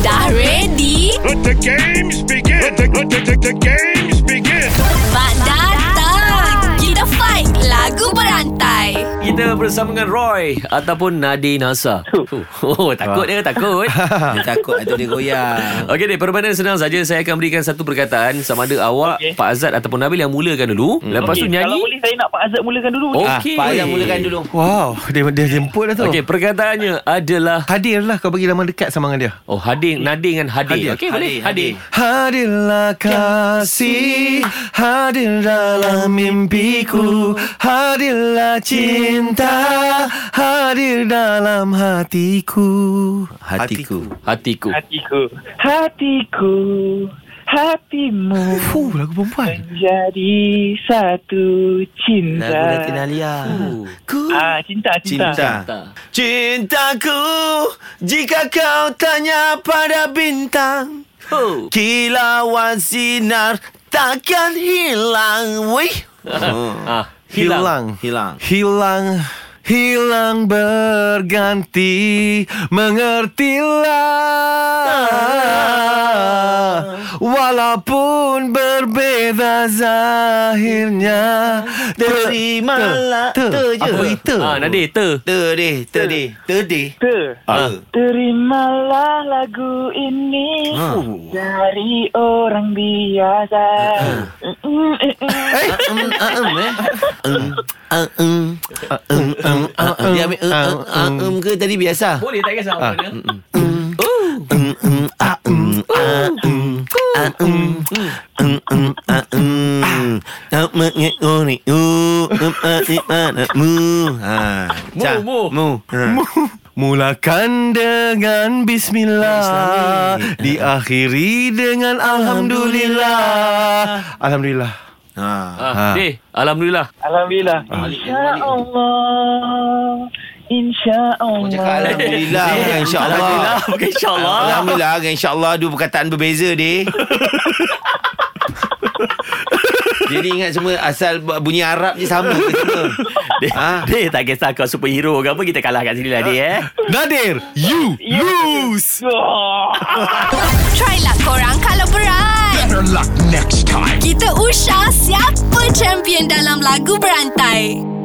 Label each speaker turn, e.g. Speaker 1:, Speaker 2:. Speaker 1: Dah ready?
Speaker 2: Let the games begin. Let the, let the, the, the games begin.
Speaker 1: Mak datang! Kita fight lagu berantai.
Speaker 3: Kita bersama dengan Roy Ataupun Nadine Asa Oh takut dia takut
Speaker 4: Dia takut atau dia goyang.
Speaker 3: Okey dek permainan senang saja Saya akan berikan satu perkataan Sama ada awak
Speaker 5: Okey.
Speaker 3: Pak Azad ataupun Nabil yang mulakan dulu Lepas tu
Speaker 5: Okey, Kalau
Speaker 3: nyanyi
Speaker 5: boleh saya nak Pak Azad mulakan dulu.
Speaker 3: Oh.
Speaker 5: Oh.
Speaker 4: Ah,
Speaker 3: Okey.
Speaker 4: Pak Azam mulakan dulu.
Speaker 6: Wow, dia dia jemput dah tu.
Speaker 3: Okey perkataannya adalah
Speaker 6: Hadirlah kau bagi lama dekat sama dengan dia.
Speaker 3: Oh hadir Nadir dengan hadir,
Speaker 6: Hadir.
Speaker 3: Okey boleh hadir,
Speaker 4: Hadir,
Speaker 6: Hadirlah kasih Hadir dalam mimpiku Hadirlah cinta Hadir dalam hatiku
Speaker 4: Hatiku.
Speaker 3: Hatiku
Speaker 5: Hatiku. Hatiku. Hatimu
Speaker 6: Fuh, lagu perempuan
Speaker 5: menjadi satu cinta.
Speaker 4: Lagu Latin Alia.
Speaker 6: Ku
Speaker 5: Ah, cinta, cinta.
Speaker 4: Cinta. Cintaku, jika kau tanya pada bintang,
Speaker 3: Oh
Speaker 4: kilauan sinar takkan hilang. Wih.
Speaker 3: ah, Hilang
Speaker 6: Hilang
Speaker 4: Hilang.
Speaker 6: Hilang Hilang berganti Mengertilah Walaupun berbeza zahirnya
Speaker 4: Terimalah terje.
Speaker 6: Apa itu?
Speaker 3: Ah, Nadir ter
Speaker 4: Terdeh, terdeh, terdeh.
Speaker 5: Ter.
Speaker 4: Ah.
Speaker 5: Terimalah lagu ini
Speaker 4: Ah.
Speaker 5: dari orang biasa. Mm, mm, mm.
Speaker 4: Ah, um, ah, um, um, ah, um. Dia ambil um, um, ah, um ke tadi biasa?
Speaker 3: Boleh tak kisah apa dia
Speaker 4: Um, um, ah, um, ah, um, ah, um, um, um, ah, um. Tak mengekori, um, um, ah, di padamu. Ah, dah.
Speaker 3: Mu, mu.
Speaker 4: Mu. Ah.
Speaker 6: Mulakan dengan bismillah Diakhiri dengan alhamdulillah Alhamdulillah
Speaker 4: Ah.
Speaker 3: ah,
Speaker 6: Ah.
Speaker 3: Deh Alhamdulillah
Speaker 5: Alhamdulillah. InsyaAllah. InsyaAllah.
Speaker 4: Kau cakap Alhamdulillah bukan insyaAllah
Speaker 3: Alhamdulillah Bukan insyaAllah
Speaker 4: Alhamdulillah bukan insyaAllah Dua perkataan berbeza deh Jadi ingat semua Asal bunyi Arab je sama Ha? ke semua
Speaker 3: Deh, deh tak kisah kau superhero ke apa Kita kalah kat sini lah deh eh
Speaker 6: Nadir, you lose
Speaker 1: Try lah korang kalau berat. Better luck next time. Kita usah siapa champion dalam lagu berantai.